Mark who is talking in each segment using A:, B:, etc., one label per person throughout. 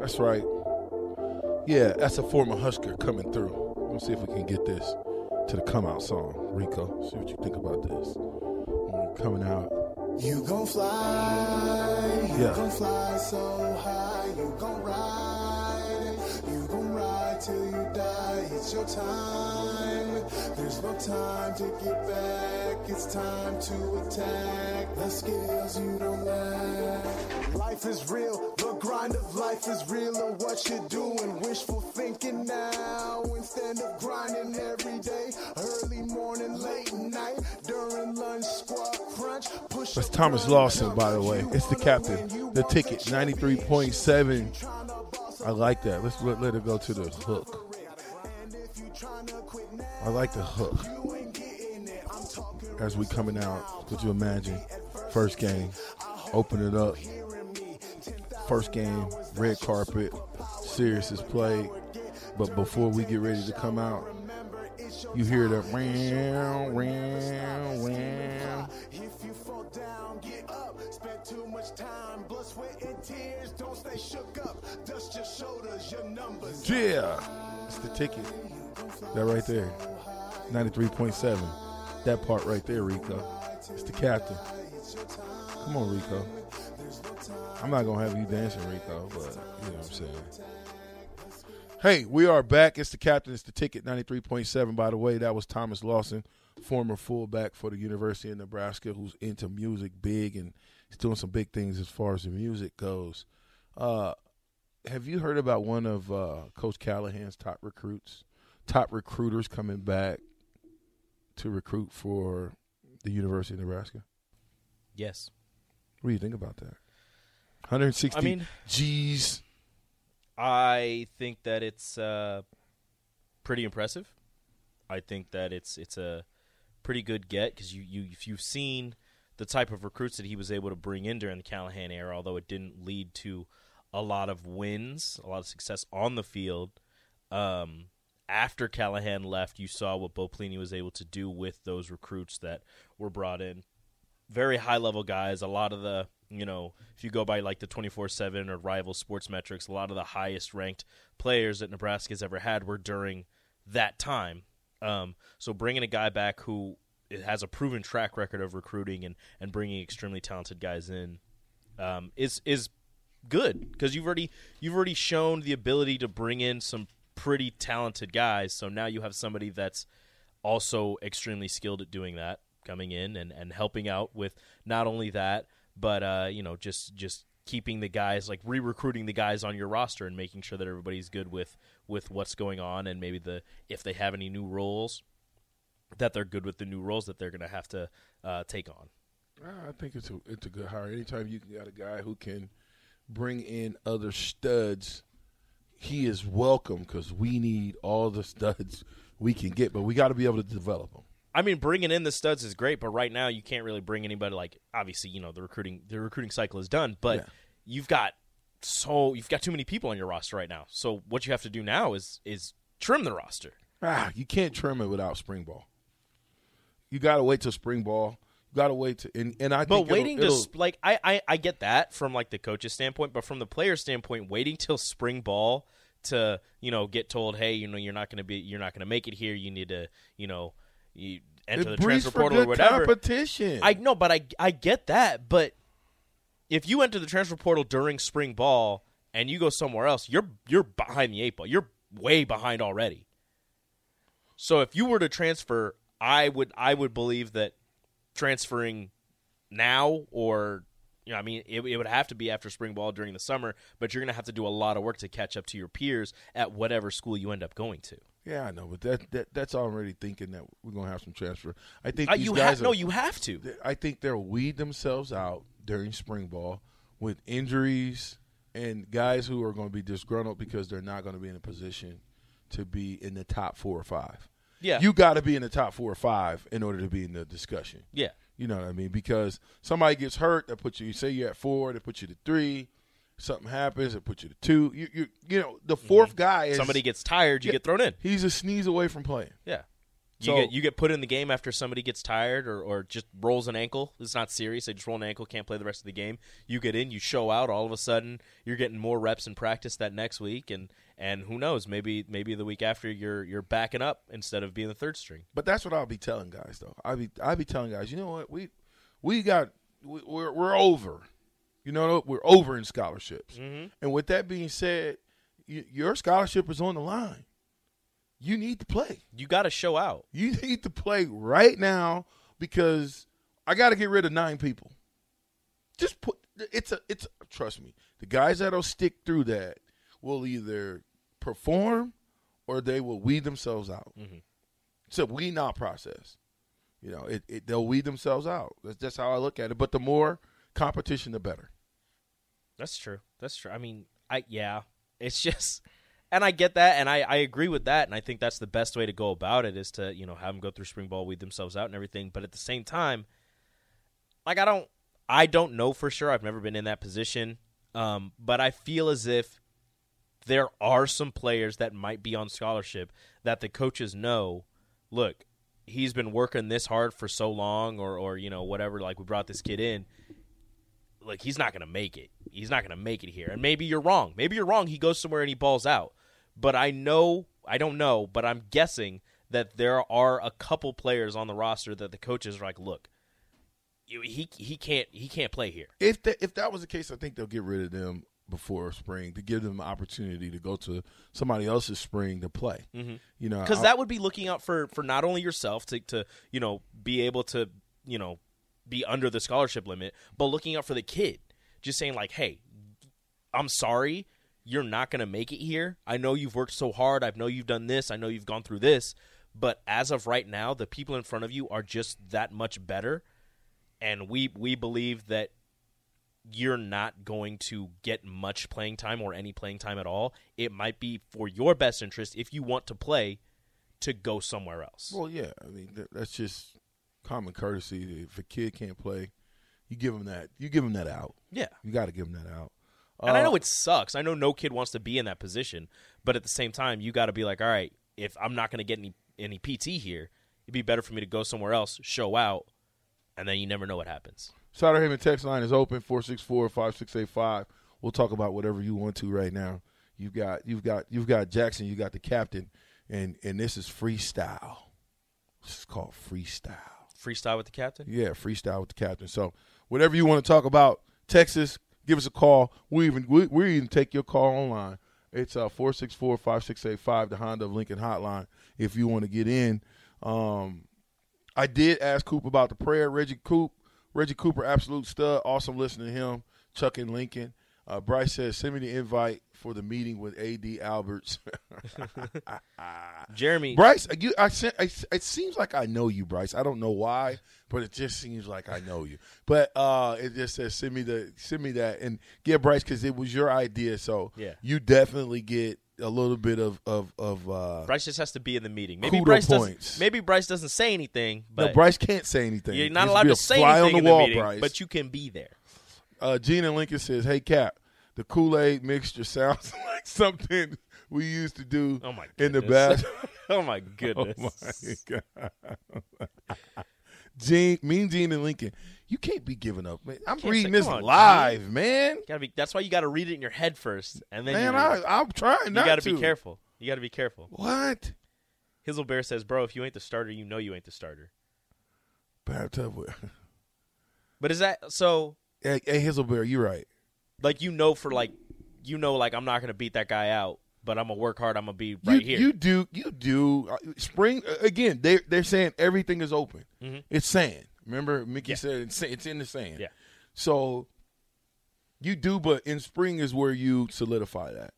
A: That's right. Yeah, that's a former Husker coming through. We'll see if we can get this to the come out song, Rico. See what you think about this. When we're coming out.
B: You gon' fly, you
A: Yeah.
B: gon' fly so high, you gon' ride, you gon' ride till you die. It's your time. There's no time to get back. It's time to attack the skills you don't lack. Life is real, the grind of life is real, and what you're doing. Wishful thinking now instead of grinding every day, early morning, late night, during lunch, squat crunch. Push
A: That's Thomas Lawson, by the way. It's the captain. The ticket, 93.7. I like that. Let's let, let it go to the hook. I like the hook. As we coming out, could you imagine? First game, open it up. First game, red carpet. Serious is played. But before we get ready to come out, you hear that round, round, round.
B: If you fall down, get up. Spent too much time, blood, sweat, and tears. Don't stay shook up. Dust your shoulders, your numbers.
A: Yeah, it's the ticket. That right there, ninety-three point seven. That part right there, Rico. It's the captain. Come on, Rico. I'm not gonna have you dancing, Rico, but you know what I'm saying. Hey, we are back. It's the captain. It's the ticket. Ninety-three point seven. By the way, that was Thomas Lawson, former fullback for the University of Nebraska, who's into music big and he's doing some big things as far as the music goes. Uh, have you heard about one of uh, Coach Callahan's top recruits, top recruiters coming back to recruit for the University of Nebraska?
C: Yes.
A: What do you think about that? 160
C: I mean-
A: G's.
C: I think that it's uh, pretty impressive. I think that it's it's a pretty good get because you, you if you've seen the type of recruits that he was able to bring in during the Callahan era, although it didn't lead to a lot of wins, a lot of success on the field. Um, after Callahan left, you saw what Bo Pliny was able to do with those recruits that were brought in very high level guys. A lot of the you know, if you go by like the twenty four seven or rival sports metrics, a lot of the highest ranked players that Nebraska's ever had were during that time. Um, so bringing a guy back who has a proven track record of recruiting and and bringing extremely talented guys in um, is is good because you've already you've already shown the ability to bring in some pretty talented guys. So now you have somebody that's also extremely skilled at doing that, coming in and, and helping out with not only that, but uh, you know just just keeping the guys like re-recruiting the guys on your roster and making sure that everybody's good with with what's going on and maybe the if they have any new roles that they're good with the new roles that they're going to have to uh, take on.
A: I think it's a, it's a good hire. Anytime you got a guy who can bring in other studs, he is welcome because we need all the studs we can get, but we got to be able to develop them.
C: I mean, bringing in the studs is great, but right now you can't really bring anybody. Like, obviously, you know the recruiting the recruiting cycle is done, but
A: Yeah.
C: you've got so you've got too many people on your roster right now. So what you have to do now is is trim the roster.
A: Ah, you can't trim it without spring ball. You got to wait till spring ball. You got to wait to and, and I
C: But
A: think
C: waiting
A: it'll,
C: to
A: it'll,
C: sp- like I, I I get that from like the coach's standpoint, but from the player standpoint, waiting till spring ball to you know get told, hey, you know you're not gonna be you're not gonna make it here. You need to you know you enter the
A: it breeds
C: transfer
A: for
C: portal
A: good
C: or whatever.
A: competition.
C: I know, but I I get that. But if you enter the transfer portal during spring ball and you go somewhere else, you're you're behind the eight ball. You're way behind already. So if you were to transfer, I would I would believe that transferring now or you know, I mean, it, it would have to be after spring ball during the summer, but you're going to have to do a lot of work to catch up to your peers at whatever school you end up going to.
A: Yeah, I know, but that, that that's already thinking that we're gonna have some transfer. I think
C: Uh,
A: these
C: you
A: guys
C: have
A: are,
C: no, you have to.
A: I think they'll weed themselves out during spring ball with injuries and guys who are going to be disgruntled because they're not going to be in a position to be in the top four or five.
C: Yeah.
A: you got to be in the top four or five in order to be in the discussion.
C: Yeah.
A: You know what I mean? Because somebody gets hurt, that puts you. You say you're at four, that puts you to three. Something happens, it puts you to two. You you you know the 4th guy is
C: Mm-hmm. Somebody gets tired, you
A: Yeah.
C: get thrown in.
A: He's a sneeze away from playing.
C: Yeah. You
A: So-
C: get you get put in the game after somebody gets tired or, or just rolls an ankle. It's not serious. They just roll an ankle, can't play the rest of the game. You get in, you show out. All of a sudden, you're getting more reps in practice that next week, and and who knows? Maybe maybe the week after you're you're backing up instead of being the third string.
A: But that's what I'll be telling guys though. I be I be telling guys, you know what? We we got we, we're we're over. You know we're over in scholarships.
C: Mm-hmm.
A: And with that being said, y your scholarship is on the line. You need to play.
C: You got to show out.
A: You need to play right now because I got to get rid of nine people. Just put it's a it's trust me. The guys that'll stick through that will either perform or they will weed themselves out. It's a weed out process. You know, it, it they'll weed themselves out. That's that's how I look at it. But the more competition, the better.
C: That's true. That's true. I mean, I yeah. It's just and I get that and I, I agree with that and I think that's the best way to go about it is to, you know, have them go through spring ball, weed themselves out and everything, but at the same time like I don't I don't know for sure. I've never been in that position. Um, but I feel as if there are some players that might be on scholarship that the coaches know, look, he's been working this hard for so long or or you know whatever like we brought this kid in like he's not gonna make it. He's not gonna make it here. And maybe you're wrong. Maybe you're wrong. He goes somewhere and he balls out. But I know I don't know, but I'm guessing that there are a couple players on the roster that the coaches are like, look, you- he he can't he can't play here.
A: If that if that was the case, I think they'll get rid of them before spring to give them an opportunity to go to somebody else's spring to play. Mm-hmm. You know,
C: because
A: I-
C: that would be looking out for for not only yourself to to you know be able to you know be under the scholarship limit, but looking out for the kid. Just saying like, hey, I'm sorry, you're not gonna make it here. I know you've worked so hard. I know you've done this. I know you've gone through this. But as of right now, the people in front of you are just that much better, and we we believe that you're not going to get much playing time or any playing time at all. It might be for your best interest if you want to play to go somewhere else.
A: Well, yeah, I mean that, that's just common courtesy. If a kid can't play, you give him that. You give him that out.
C: yeah.
A: You got to give him that out.
C: And I
A: Uh,
C: know it sucks. I know no kid wants to be in that position, but at the same time, you got to be like, all right, if I'm not going to get any any PT here, it'd be better for me to go somewhere else, show out, and then you never know what happens.
A: Sauter Haven text line is open 464-5685. We'll talk about whatever you want to right now. You've got you've got you've got Jackson, you got the captain, and and this is freestyle. This is called freestyle.
C: Freestyle with the captain.
A: Yeah, freestyle with the captain. So whatever you want to talk about, Texas, give us a call. We even we, we even take your call online. It's uh 464-5685, the Honda of Lincoln hotline if you want to get in. Um I did ask Coop about the prayer. Reggie Coop, Reggie Cooper, absolute stud. Awesome listening to him. Chuck and Lincoln. Uh, Bryce says, send me the invite for the meeting with AD Alberts.
C: Jeremy,
A: Bryce, you, I, sen- I, it seems like I know you, Bryce. I don't know why, but it just seems like I know you. But uh, it just says send me the send me that and yeah, Bryce, because it was your idea, so
C: Yeah.
A: you definitely get a little bit of of of. Uh,
C: Bryce just has to be in the meeting. Maybe
A: Kudo
C: Bryce
A: points.
C: doesn't. Maybe Bryce doesn't say anything, but
A: no, Bryce can't say anything.
C: you're
A: He's
C: not allowed
A: be
C: to
A: a
C: say
A: fly
C: anything
A: on the
C: in the
A: wall,
C: meeting,
A: Bryce.
C: but you can be there.
A: uh, Gina Lincoln says, "Hey Cap, the Kool Aid mixture sounds like something we used to do
C: Oh my
A: in
C: goodness.
A: the bathroom."
C: oh my goodness.
A: God. Gene, mean Gene and Lincoln, you can't be giving up, man. I'm
C: Can't
A: reading
C: say-
A: this
C: come on,
A: live, man.
C: Gotta be. That's why you gotta read it in your head first, and then
A: Man,
C: you, read
A: I,
C: it.
A: I'm trying
C: you
A: not
C: gotta
A: to.
C: be careful. You gotta be careful.
A: What?
C: Hizzle Bear says, "Bro, if you ain't the starter, you know you ain't the starter."
A: Bathtub with-
C: But is that so?
A: Hey, hey Hazelberry, you're right.
C: Like you know for like, you know like I'm not gonna beat that guy out, but I'm gonna work hard. I'm gonna be right
A: you,
C: here.
A: you do, you do. Uh, Spring uh, again. They they're saying everything is open. It's sand. Remember, Mickey
C: Mm-hmm. Yeah.
A: said it's, sa- it's in the sand.
C: Yeah.
A: So you do, but in spring is where you solidify that.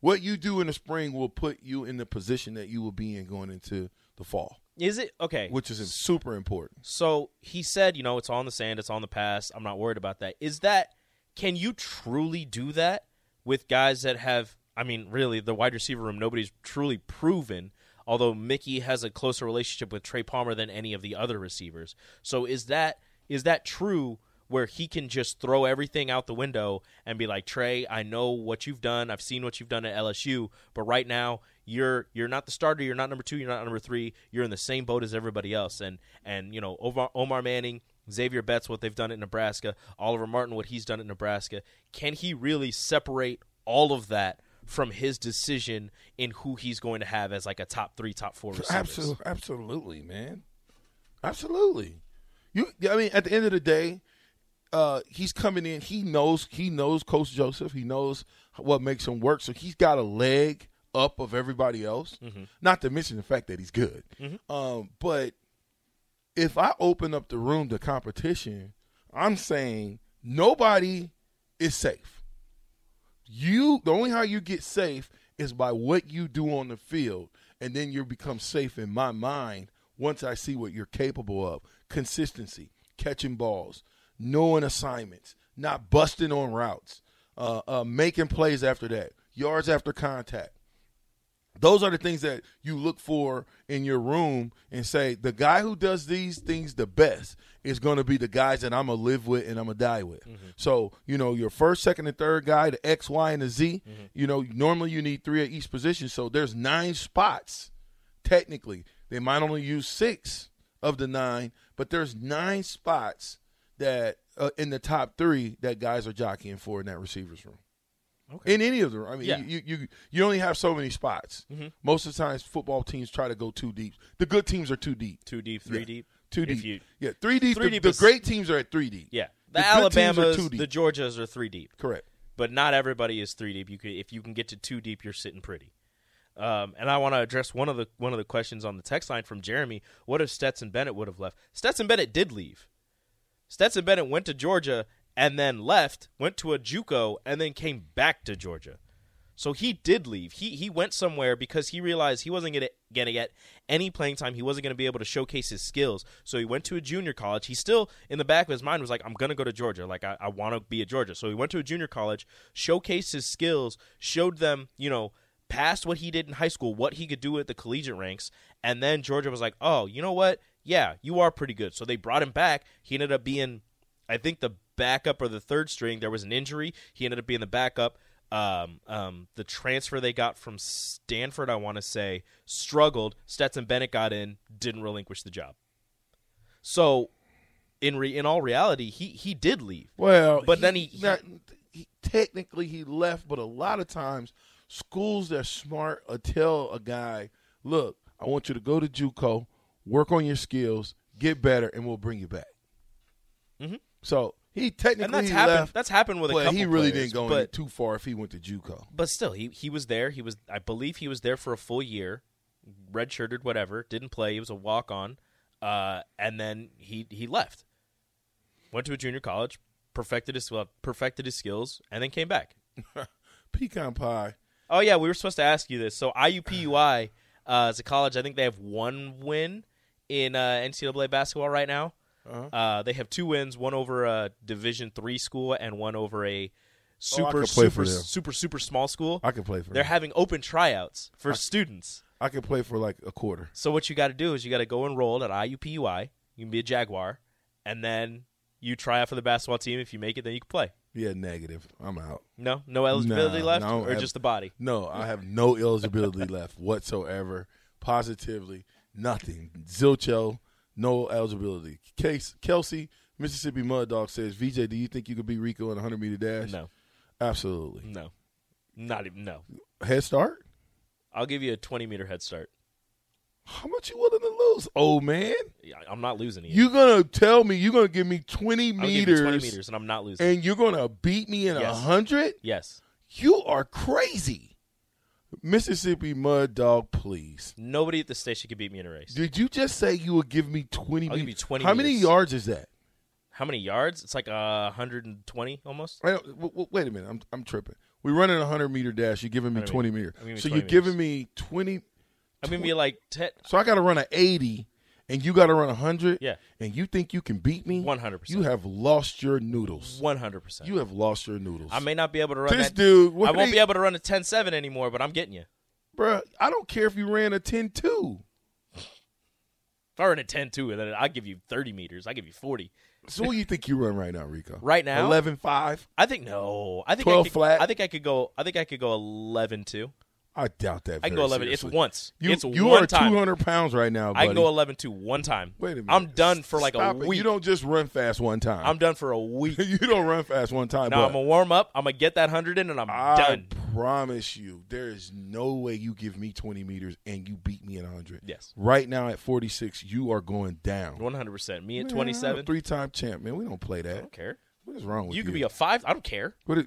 A: What you do in the spring will put you in the position that you will be in going into the fall,
C: Is it okay?
A: which is super important.
C: So he said, you know, it's on the sand, it's on the past. I'm not worried about that. Is that can you truly do that with guys that have I mean, really, the wide receiver room nobody's truly proven, although Mickey has a closer relationship with Trey Palmer than any of the other receivers. So is that is that true where he can just throw everything out the window and be like, "Trey, I know what you've done. I've seen what you've done at LSU, but right now you're you're not the starter. You're not number two. You're not number three. You're in the same boat as everybody else. And and you know Omar, Omar Manning, Xavier Betts, what they've done at Nebraska, Oliver Martin, what he's done at Nebraska. Can he really separate all of that from his decision in who he's going to have as like a top three, top four receiver?
A: Absolutely, absolutely, man, absolutely. You, I mean, at the end of the day, uh, he's coming in. He knows. He knows Coach Joseph. He knows what makes him work. So he's got a leg up of everybody else. Not to mention the fact that he's good. Um, but if I open up the room to competition, I'm saying nobody is safe. You the only how you get safe is by what you do on the field, and then you become safe in my mind once I see what you're capable of. Consistency, catching balls, knowing assignments, not busting on routes, uh, uh, making plays after that, yards after contact those are the things that you look for in your room and say the guy who does these things the best is going to be the guys that I'm gonna live with and I'm gonna die with. So you know your first, second, and third guy, the X, Y, and the Z. You know normally you need three at each position, so there's nine spots technically. They might only use six of the nine, but there's nine spots that uh, in the top three that guys are jockeying for in that receivers room. In any of them, I mean,
C: Yeah. Mm-hmm.
A: you, you you only have so many spots. Most of the times, football teams try to go too deep. The good teams are too deep.
C: Two deep, three
A: Yeah.
C: deep,
A: Too
C: If
A: deep.
C: you-
A: yeah, three deep.
C: Three
A: the,
C: deep
A: the
C: is-
A: great teams are at three deep.
C: yeah. The,
A: The good teams are
C: Alabamas,
A: too deep.
C: the Georgias are three deep.
A: Correct.
C: but not everybody is three deep. You could, if you can get to two deep, you're sitting pretty. Um, and I want to address one of the one of the questions on the text line from Jeremy. What if Stetson Bennett would have left? Stetson Bennett did leave. Stetson Bennett went to Georgia and then left, went to a JUCO, and then came back to Georgia. So he did leave. He he went somewhere because he realized he wasn't gonna gonna get any playing time. He wasn't gonna be able to showcase his skills. So he went to a junior college. He still in the back of his mind was like, I'm gonna go to Georgia. Like I, I wanna be at Georgia. So he went to a junior college, showcased his skills, showed them, you know, past what he did in high school, what he could do at the collegiate ranks, and then Georgia was like, Oh, you know what? Yeah, you are pretty good. So they brought him back. He ended up being I think the backup or the third string, there was an injury. He ended up being the backup. Um, um, the transfer they got from Stanford, I want to say, struggled. Stetson Bennett got in, didn't relinquish the job. So, in re- in all reality, he he did leave.
A: Well,
C: But then he-
A: not- he- technically he left, but a lot of times schools that are smart will tell a guy, "Look, I want you to go to JUCO, work on your skills, get better, and we'll bring you back." So he technically
C: Mm-hmm. And that's
A: he
C: happened.
A: left,
C: that's happened with a
A: but
C: couple.
A: he really
C: players,
A: didn't go any
C: but,
A: too far if he went to JUCO.
C: but still, he he was there. He was, I believe, he was there for a full year, redshirted, whatever, didn't play. He was a walk on, uh, and then he he left, went to a junior college, perfected his well, perfected his skills, and then came back.
A: Pecan pie.
C: Oh yeah, we were supposed to ask you this. So IUPUI uh, is a college. I think they have one win in uh, NCAA basketball right now. uh they have two wins: one over a Division three school and one over
A: Oh,
C: a
A: I
C: super
A: could play
C: super
A: for them.
C: super super small school.
A: I could play for.
C: They're
A: them.
C: having open tryouts for students.
A: I could play for like a quarter.
C: So what you got to do is you got to go enroll at IUPUI. You can be a Jaguar, and then you try out for the basketball team. If you make it, then you can play.
A: Yeah, negative. I'm out.
C: No, no eligibility
A: Nah,
C: left,
A: no,
C: or
A: I-
C: just the body.
A: No, I have no eligibility left whatsoever. Positively, nothing. Zilcho, no eligibility. Case Kelsey, Mississippi Mud Dog says, VJ, do you think you could be Rico in a 100 meter dash?
C: No,
A: Absolutely.
C: no, not even no.
A: Head start?
C: I'll give you a 20 meter head start.
A: How much you willing to lose, old man?
C: Yeah, I'm not losing you.
A: you going to tell me you're going to give me 20
C: I'll
A: meters,
C: give you 20 meters, and I'm not losing.
A: and you're going to beat me in a
C: Yes.
A: 100?
C: yes.
A: You are crazy. Mississippi Mud Dog, please.
C: Nobody at the station could beat me in a race.
A: Did you just say you would give me 20
C: I'll give
A: meters?
C: you 20
A: How many
C: meters.
A: yards is that?
C: How many yards? It's like uh, 120 almost.
A: I don't, w- w- wait a minute. I'm, I'm tripping. We running a hundred meter dash. You're giving me
C: 100
A: twenty
C: meter.
A: meter.
C: I'm giving you
A: So
C: 20
A: you're giving me twenty.
C: I'm gonna be like te-
A: So I got to run an eighty, and you got to run a hundred.
C: Yeah.
A: And you think you can beat me?
C: 100%.
A: You have lost your noodles.
C: 100. percent
A: You have lost your noodles.
C: I may not be able to run
A: This
C: that.
A: dude, what
C: I won't
A: he-
C: be able to run a 10-7 anymore, but I'm getting you.
A: Bruh, I don't care if you ran a 10-2.
C: If I run a 10-2, then I give you 30 meters. I give you 40.
A: So what do you think you run right now, Rico?
C: Right now?
A: 11-5?
C: I think no. I think
A: 12
C: I could,
A: flat.
C: I think I could go. I think I could go 11-2.
A: I doubt that.
C: I
A: very
C: can go 11. It's
A: seriously.
C: once.
A: You,
C: It's
A: you
C: one
A: are
C: time.
A: 200 pounds right now, buddy.
C: I can go 11-2 one time.
A: Wait a minute.
C: I'm done for like
A: Stop
C: a
A: it.
C: week.
A: You don't just run fast one time.
C: I'm done for a week.
A: you don't Ah, run fast one time.
C: now
A: but
C: I'm gonna warm up. I'm gonna get that hundred in, and I'm
A: I
C: done.
A: promise you, there is no way you give me 20 meters and you beat me at 100.
C: Yes.
A: Right now at 46, you are going down.
C: One hundred percent. Me at
A: Man,
C: twenty
A: I'm a
C: seven. I
A: Three-time champ, man. We don't play that.
C: don't care.
A: What is wrong with you?
C: You could be a five. I don't care.
A: What is,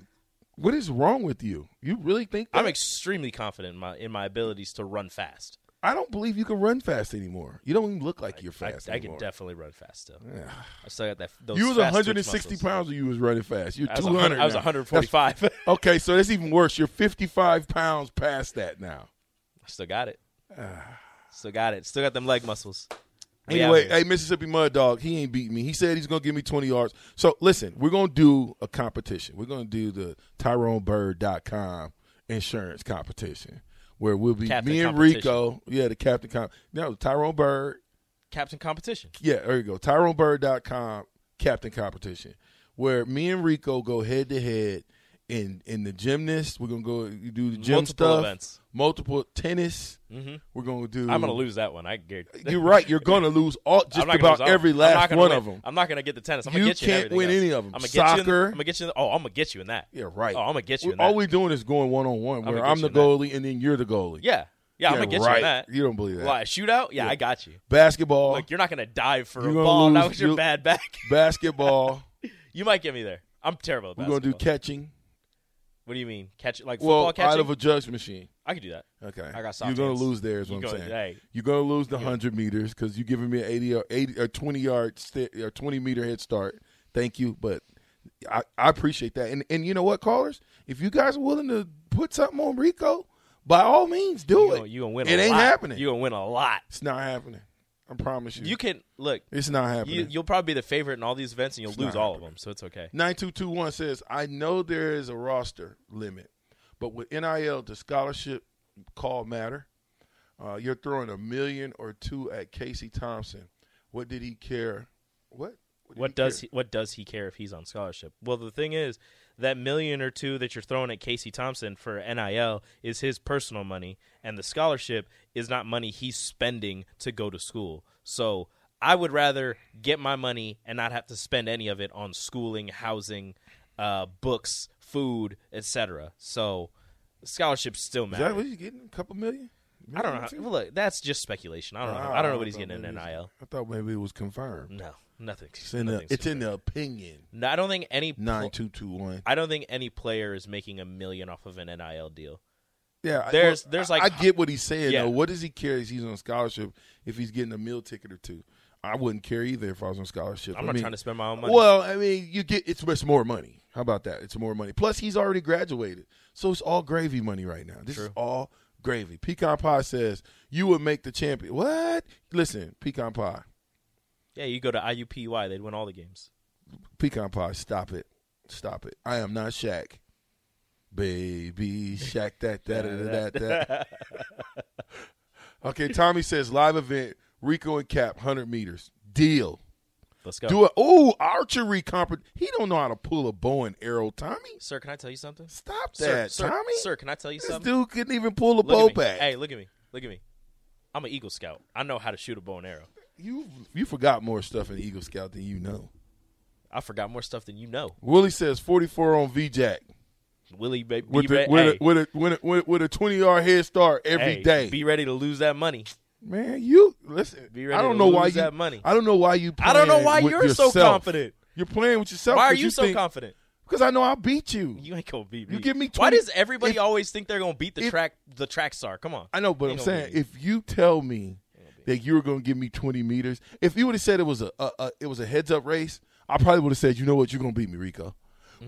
A: what is wrong with you? You really think that?
C: I'm extremely confident in my in my abilities to run fast.
A: I don't believe you can run fast anymore. You don't even look like you're
C: I,
A: fast
C: I can
A: anymore.
C: definitely run fast still. I still got that. Those
A: you was
C: fast twitch
A: 160
C: muscles.
A: pounds when you was running fast. You're
C: I was,
A: 200.
C: 100, I was
A: now.
C: 145.
A: That's- okay, so that's even worse. You're 55 pounds past that now.
C: still got it. Still got it. Still got them leg muscles. We out
A: Ah. Anyway,
C: here.
A: hey Mississippi Mud Dog, he ain't beat me. He said he's gonna give me 20 yards. So listen, we're gonna do a competition. We're gonna do the TyroneBird.com insurance competition where we'll be
C: Captain
A: me and
C: competition.
A: Rico. Yeah, the captain. Com- no, Tyrone Bird.
C: captain competition.
A: Yeah, there you go. TyroneBird.com captain competition, where me and Rico go head to head in in the gymnast. We're gonna go do the gym
C: Multiple
A: stuff,
C: events. Mm-hmm.
A: multiple tennis. We're gonna do.
C: I'm gonna lose that one. I guarantee.
A: You're right. You're gonna lose all just
C: I'm not gonna
A: about
C: lose all-
A: every
C: I'm not
A: last
C: gonna
A: one
C: win-
A: of them.
C: I'm not gonna get the tennis. I'm
A: You
C: gonna get you.
A: can't win any of 'em.
C: I'm gonna get you. In the,
A: Soccer.
C: I'm gonna get you. In the, oh, I'm gonna get you in that.
A: Yeah, right.
C: Oh, I'm gonna get you.
A: We-
C: in that.
A: All we're doing is going one on one,
C: gonna
A: where
C: get
A: I'm
C: you
A: the
C: in that.
A: goalie and then you're the goalie.
C: Yeah. Yeah, I'm gonna get you
A: right.
C: in that.
A: You don't believe that.
C: Why, a shootout? Yeah, I got you.
A: Basketball,
C: Like you're not gonna dive for a
A: You're gonna
C: ball. That
A: lose.
C: was your
A: You-
C: bad back.
A: basketball.
C: you might get me there. I'm terrible at
A: we're
C: basketball.
A: gonna do catching.
C: what do you mean? Catch like football
A: Well,
C: catching?
A: out of a judge machine.
C: I could do that.
A: Okay.
C: I got soft
A: You're going
C: hands.
A: to lose there, is
C: You
A: what I'm
C: gonna-
A: saying.
C: hey.
A: You're going to lose the 100 meters because you're giving me an 80 or, 80 or 20 yard st- or 20 meter head start. Thank you. But I, I appreciate that. And and you know what, callers? If you guys are willing to put something on Rico, by all means, do
C: You
A: it.
C: gonna, you gonna win.
A: It
C: a
A: ain't
C: lot.
A: happening.
C: You gonna win a lot.
A: it's not happening. I promise you.
C: You can look.
A: it's not happening.
C: You, you'll probably be the favorite in all these events, and you'll lose
A: not
C: all of them. So it's okay.
A: 9221 says, I know there is a roster limit, but with NIL, the scholarship call matter. Uh, you're throwing a million or two at Casey Thompson. What did he care? What? did
C: What does
A: care?
C: he, what does he care if he's on scholarship? Well, the thing is that million or two that you're throwing at Casey Thompson for NIL is his personal money, and the scholarship is not money he's spending to go to school. So I would rather get my money and not have to spend any of it on schooling, housing, uh, books, food, etc. So scholarships still
A: Is that
C: matter.
A: what he's getting? A couple million?
C: I don't know. How, well, look, that's just speculation. I don't know. How, I don't know what he's getting in NIL.
A: I thought maybe it was confirmed.
C: No, nothing.
A: It's in, the,
C: nothing's
A: it's in the opinion.
C: No, I don't think any pl-
A: 9221.
C: I don't think any player is making a million off of an NIL deal.
A: Yeah, I-
C: There's-
A: well,
C: there's
A: I-
C: like-
A: I get what he's saying
C: Yeah.
A: though. What does he care if he's on scholarship if he's getting a meal ticket or two? I wouldn't care either if I was on scholarship.
C: I'm
A: I
C: not
A: mean-
C: trying to spend my own money.
A: Well, I mean, you get it's, it's more money. How about that? It's more money. Plus, he's already graduated, so it's all gravy money right now. This is all gravy. Pecan Pie says you would make the champion. What? Listen, Pecan Pie,
C: Yeah, you go to IUPUI, they'd win all the games.
A: Pecan Pie, stop it, stop it. I am not Shaq, baby Shaq. That that that that. that. Okay, Tommy says live event Rico and Cap hundred meters deal.
C: Let's go.
A: Do a oh archery comp. He don't know how to pull a bow and arrow, Tommy.
C: Sir, can I tell you something?
A: Stop
C: Sir,
A: that,
C: sir,
A: Tommy.
C: sir, can I tell you
A: this
C: something?
A: dude couldn't even pull a
C: Look
A: bow
C: at me.
A: back.
C: Hey, look at me. Look at me. I'm an Eagle Scout. I know how to shoot a bow and arrow.
A: You you forgot more stuff in Eagle Scout than you know.
C: I forgot more stuff than you know.
A: Willie says forty four on V Jack
C: Willie, baby,
A: with
C: be
A: the,
C: re-
A: with,
C: hey,
A: a, with a with a with a twenty yard head start
C: hey,
A: every day.
C: Be ready to lose that money.
A: Man, you listen.
C: Be ready
A: I don't
C: to
A: know why
C: lose
A: you.
C: that money.
A: I don't know why you.
C: I don't know
A: playing
C: why
A: with
C: you're so
A: yourself.
C: confident.
A: You're playing with yourself.
C: Why are
A: 'cause
C: you, so
A: think-
C: confident?
A: Because I know I'll beat you.
C: You ain't gonna beat me.
A: You give me
C: Why
A: 20
C: does everybody
A: if-
C: always think they're gonna beat the
A: if-
C: track the track star? Come on.
A: I know, but
C: Ain't
A: I'm
C: gonna
A: saying
C: beat me.
A: if you tell me that you were going to give me 20 meters, if you would have said it was a, a, a it was a heads up race, I probably would have said, you know what, you're going to beat me, Rico.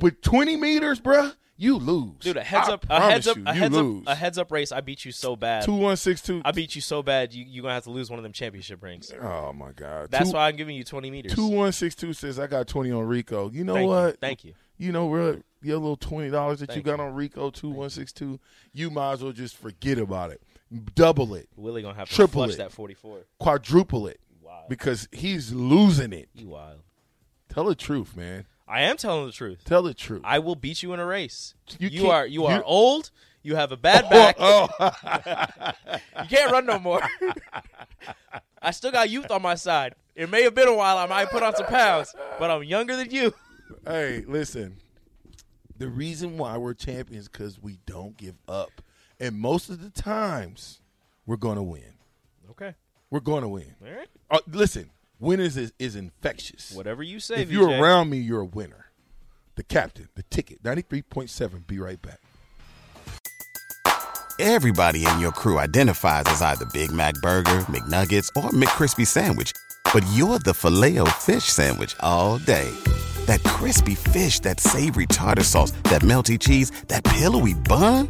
A: With 20 meters, bruh, you lose.
C: Hmm? Dude, a heads
A: I
C: up, a heads
A: promise
C: up,
A: you,
C: a
A: you
C: heads
A: lose.
C: up, a heads up race. I beat you so bad.
A: Two one six two.
C: I beat you so bad. You you gonna have to lose one of them championship rings.
A: Oh my God!
C: That's
A: two,
C: why I'm giving you 20 meters.
A: Two one six two says I got twenty on Rico. You know
C: Thank you.
A: what?
C: Thank you.
A: You know where your little twenty dollars that you
C: Thank
A: got on Rico two one six two. You might as well just forget about it. Double it,
C: Willie gonna have to
A: Triple
C: flush
A: it.
C: that 44.
A: quadruple it,
C: Wow.
A: because he's losing it.
C: You wild.
A: Tell the truth, man.
C: I am telling the truth.
A: Tell the truth.
C: I will beat you in a race.
A: You
C: You,
A: can't-
C: are you
A: you-
C: are old. You have a
A: Oh,
C: bad back. you can't run no more. I still got youth on my side. It may have been a while. I might put on some pounds, but I'm younger than you.
A: hey, listen. The reason why we're champions because we don't give up, and most of the times we're gonna win.
C: Okay.
A: We're gonna win.
C: All right.
A: Uh, listen, winners is, is infectious.
C: Whatever you say.
A: if you're
C: VJ.
A: around me, you're a winner. The captain, the ticket, 93.7. Be right back.
D: Everybody in your crew identifies as either Big Mac Burger, McNuggets, or McCrispy Sandwich. But you're the filet fish Sandwich all day. That crispy fish, that savory tartar sauce, that melty cheese, that pillowy bun.